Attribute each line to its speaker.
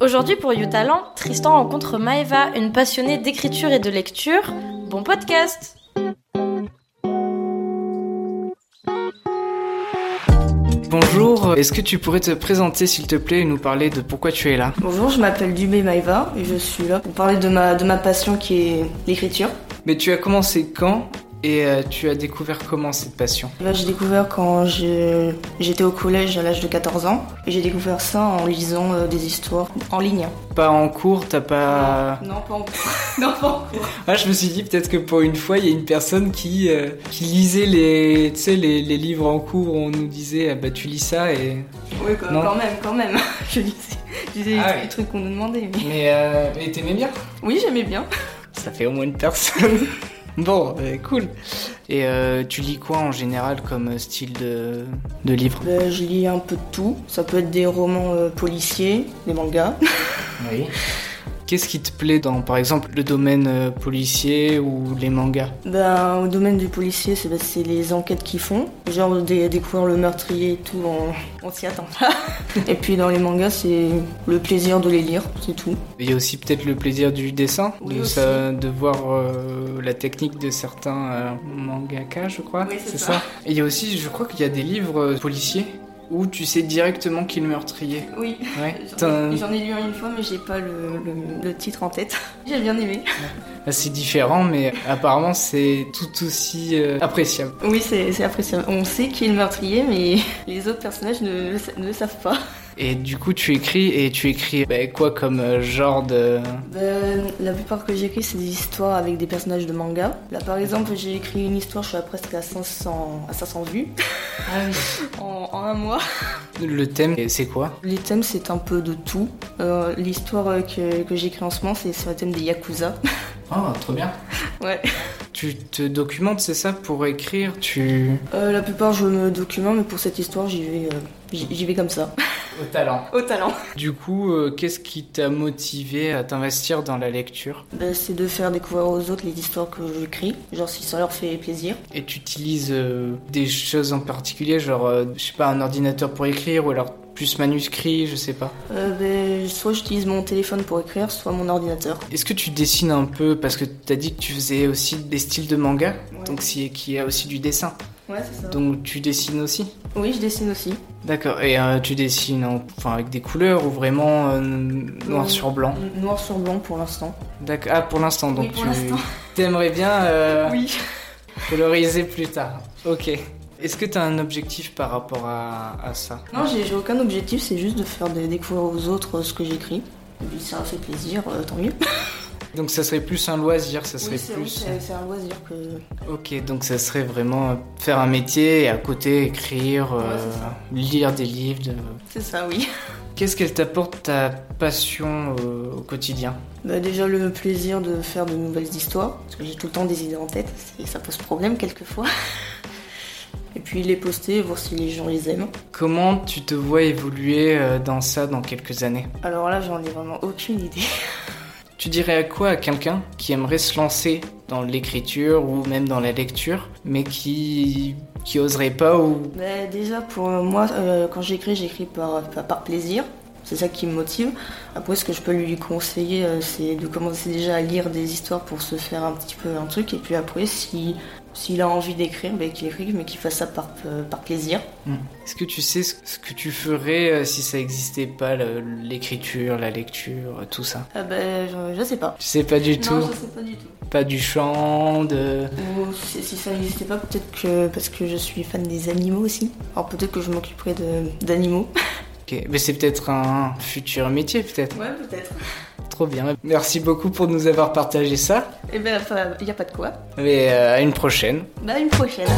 Speaker 1: Aujourd'hui pour YouTalent, Tristan rencontre Maeva, une passionnée d'écriture et de lecture. Bon podcast
Speaker 2: Bonjour, est-ce que tu pourrais te présenter s'il te plaît et nous parler de pourquoi tu es là
Speaker 3: Bonjour, je m'appelle Dubé Maïva et je suis là pour parler de ma, de ma passion qui est l'écriture.
Speaker 2: Mais tu as commencé quand et euh, tu as découvert comment cette passion
Speaker 3: Là, j'ai découvert quand j'ai- j'étais au collège à l'âge de 14 ans et j'ai découvert ça en lisant euh, des histoires en ligne.
Speaker 2: Pas en cours, t'as pas...
Speaker 3: Non, pas en non, pas en cours.
Speaker 2: Ah, je me suis dit peut-être que pour une fois, il y a une personne qui, euh, qui lisait les, tu sais, les, les livres en cours où on nous disait ah, bah tu lis ça et...
Speaker 3: Oui, quand,
Speaker 2: Non.
Speaker 3: quand même, quand même. je lisais, je lisais
Speaker 2: Ah
Speaker 3: les
Speaker 2: oui.
Speaker 3: trucs qu'on nous demandait. mais-
Speaker 2: Mais euh, et t'aimais bien
Speaker 3: Oui, j'aimais bien.
Speaker 2: Ça fait au moins une personne. bon, euh, cool. Et euh, tu lis quoi en général comme euh, style de, de livre
Speaker 3: Ben, je lis un peu de tout. Ça peut être des romans euh, policiers, des mangas.
Speaker 2: Oui. Qu'est-ce qui te plaît dans, par exemple, le domaine euh, policier ou les mangas
Speaker 3: Ben, au domaine du policier, c'est ben, c'est les enquêtes qu'ils font. Genre dé- découvrir le meurtrier et tout, on, on s'y attend pas. et puis dans les mangas, c'est le plaisir de les lire, c'est tout.
Speaker 2: Il y a aussi peut-être le plaisir du dessin,
Speaker 3: Oui,
Speaker 2: de,
Speaker 3: aussi.
Speaker 2: de voir euh, la technique de certains euh, mangaka, je crois.
Speaker 3: Oui, c'est ça.
Speaker 2: Et il y a aussi, je crois qu'il y a des livres euh, policiers où tu sais directement qui est le meurtrier.
Speaker 3: Oui,
Speaker 2: Ouais. T'as-
Speaker 3: j'en j'en ai lu un une fois, mais j'ai pas le, le- le titre en tête. j'ai bien aimé.
Speaker 2: C'est différent, mais euh, apparemment c'est tout aussi euh, appréciable.
Speaker 3: Oui, c'est c'est appréciable. On sait qui est le meurtrier, mais les autres personnages ne, le sa- ne le savent pas.
Speaker 2: Et du coup, tu écris et tu écris bah, quoi comme euh, genre de.
Speaker 3: Ben, la plupart que j'écris, c'est des histoires avec des personnages de manga. Là, par exemple, j'ai écrit une histoire, je suis à presque à 500, à 500 vues Ah en- en un mois.
Speaker 2: Le thème, et c'est quoi
Speaker 3: Les thèmes, c'est un peu de tout. Euh, L'histoire euh, que, que j'écris en ce moment, c'est sur le thème des Yakuza.
Speaker 2: Oh, trop bien.
Speaker 3: ouais.
Speaker 2: Tu te documentes, c'est ça, pour écrire Tu.
Speaker 3: Euh, la plupart, je me documente, mais pour cette histoire, j'y vais, euh, j'y j'y vais comme ça.
Speaker 2: Au talent.
Speaker 3: Au talent.
Speaker 2: Du coup, euh, qu'est-ce qui t'a motivé à t'investir dans la lecture
Speaker 3: Ben, c'est de faire découvrir aux autres les histoires que j'écris, genre si ça leur fait plaisir.
Speaker 2: Et tu utilises euh, des choses en particulier, genre, euh, je sais pas, un ordinateur pour écrire ou alors plus manuscrit, je sais pas.
Speaker 3: Euh, ben, soit j'utilise mon téléphone pour écrire, soit mon ordinateur.
Speaker 2: Est-ce que tu dessines un peu Parce que t'as dit que tu faisais aussi des styles de manga,
Speaker 3: Ouais.
Speaker 2: donc si, qui a aussi du dessin.
Speaker 3: Ouais, c'est ça.
Speaker 2: Donc tu dessines aussi
Speaker 3: Oui, je dessine aussi.
Speaker 2: D'accord, et euh, tu dessines en- enfin, avec des couleurs ou vraiment euh, noir
Speaker 3: Euh,
Speaker 2: sur blanc
Speaker 3: Noir sur blanc pour l'instant.
Speaker 2: D'accord, ah pour l'instant, donc
Speaker 3: Oui, pour
Speaker 2: tu
Speaker 3: l'instant.
Speaker 2: t'aimerais bien euh,
Speaker 3: Ah. Oui.
Speaker 2: coloriser plus tard. Ok. Est-ce que t'as un objectif par rapport à, à ça
Speaker 3: Non, j'ai j'ai aucun objectif, c'est juste de faire des- découvrir aux autres euh, ce que j'écris. Et puis, si ça fait plaisir, euh, tant mieux.
Speaker 2: Donc ça serait plus un loisir, ça serait
Speaker 3: Oui, c'est- oui,
Speaker 2: plus...
Speaker 3: c'est c'est un loisir que.
Speaker 2: ok, donc ça serait vraiment euh, faire un métier et à côté écrire, euh,
Speaker 3: Ouais, c'est ça.
Speaker 2: lire des livres. de- euh.
Speaker 3: C'est ça, oui.
Speaker 2: Qu'est-ce qu'elle t'apporte ta passion euh, au quotidien
Speaker 3: Bah, déjà le plaisir de faire de nouvelles histoires, parce que j'ai tout le temps des idées en tête, et ça pose problème quelquefois. Et puis les poster, voir si les gens les aiment.
Speaker 2: Comment tu te vois évoluer euh, dans ça dans quelques années
Speaker 3: Alors là, j'en ai vraiment aucune idée.
Speaker 2: Tu dirais à quoi à quelqu'un qui aimerait se lancer dans l'écriture ou même dans la lecture, mais qui qui oserait pas ou
Speaker 3: Bah, déjà pour euh, moi, euh, quand j'écris, j'écris par, par, par plaisir. C'est ça qui me motive. Après, ce que je peux lui conseiller, euh, c'est de commencer déjà à lire des histoires pour se faire un petit peu un truc. Et puis après, si, s'il a envie d'écrire, bah, qu'il écrive, mais qu'il fasse ça par, euh, par plaisir.
Speaker 2: est-ce que tu sais ce ce que tu ferais euh, si ça existait pas le- l'écriture, la lecture, euh, tout ça
Speaker 3: Ah bah, je, je sais pas.
Speaker 2: Tu sais pas du tout,
Speaker 3: sais pas du tout.
Speaker 2: pas du chant, de
Speaker 3: Ou si, si ça n'existait pas, peut-être que parce que je suis fan des animaux aussi. Alors peut-être que je m'occuperais de- d'animaux.
Speaker 2: Ok, mais c'est peut-être un futur métier peut-être.
Speaker 3: Ouais, peut-être.
Speaker 2: Trop bien. Merci beaucoup pour nous avoir partagé ça.
Speaker 3: Eh Et ben, il n'y a pas de quoi.
Speaker 2: Mais euh, à une prochaine.
Speaker 3: Bah, à une prochaine.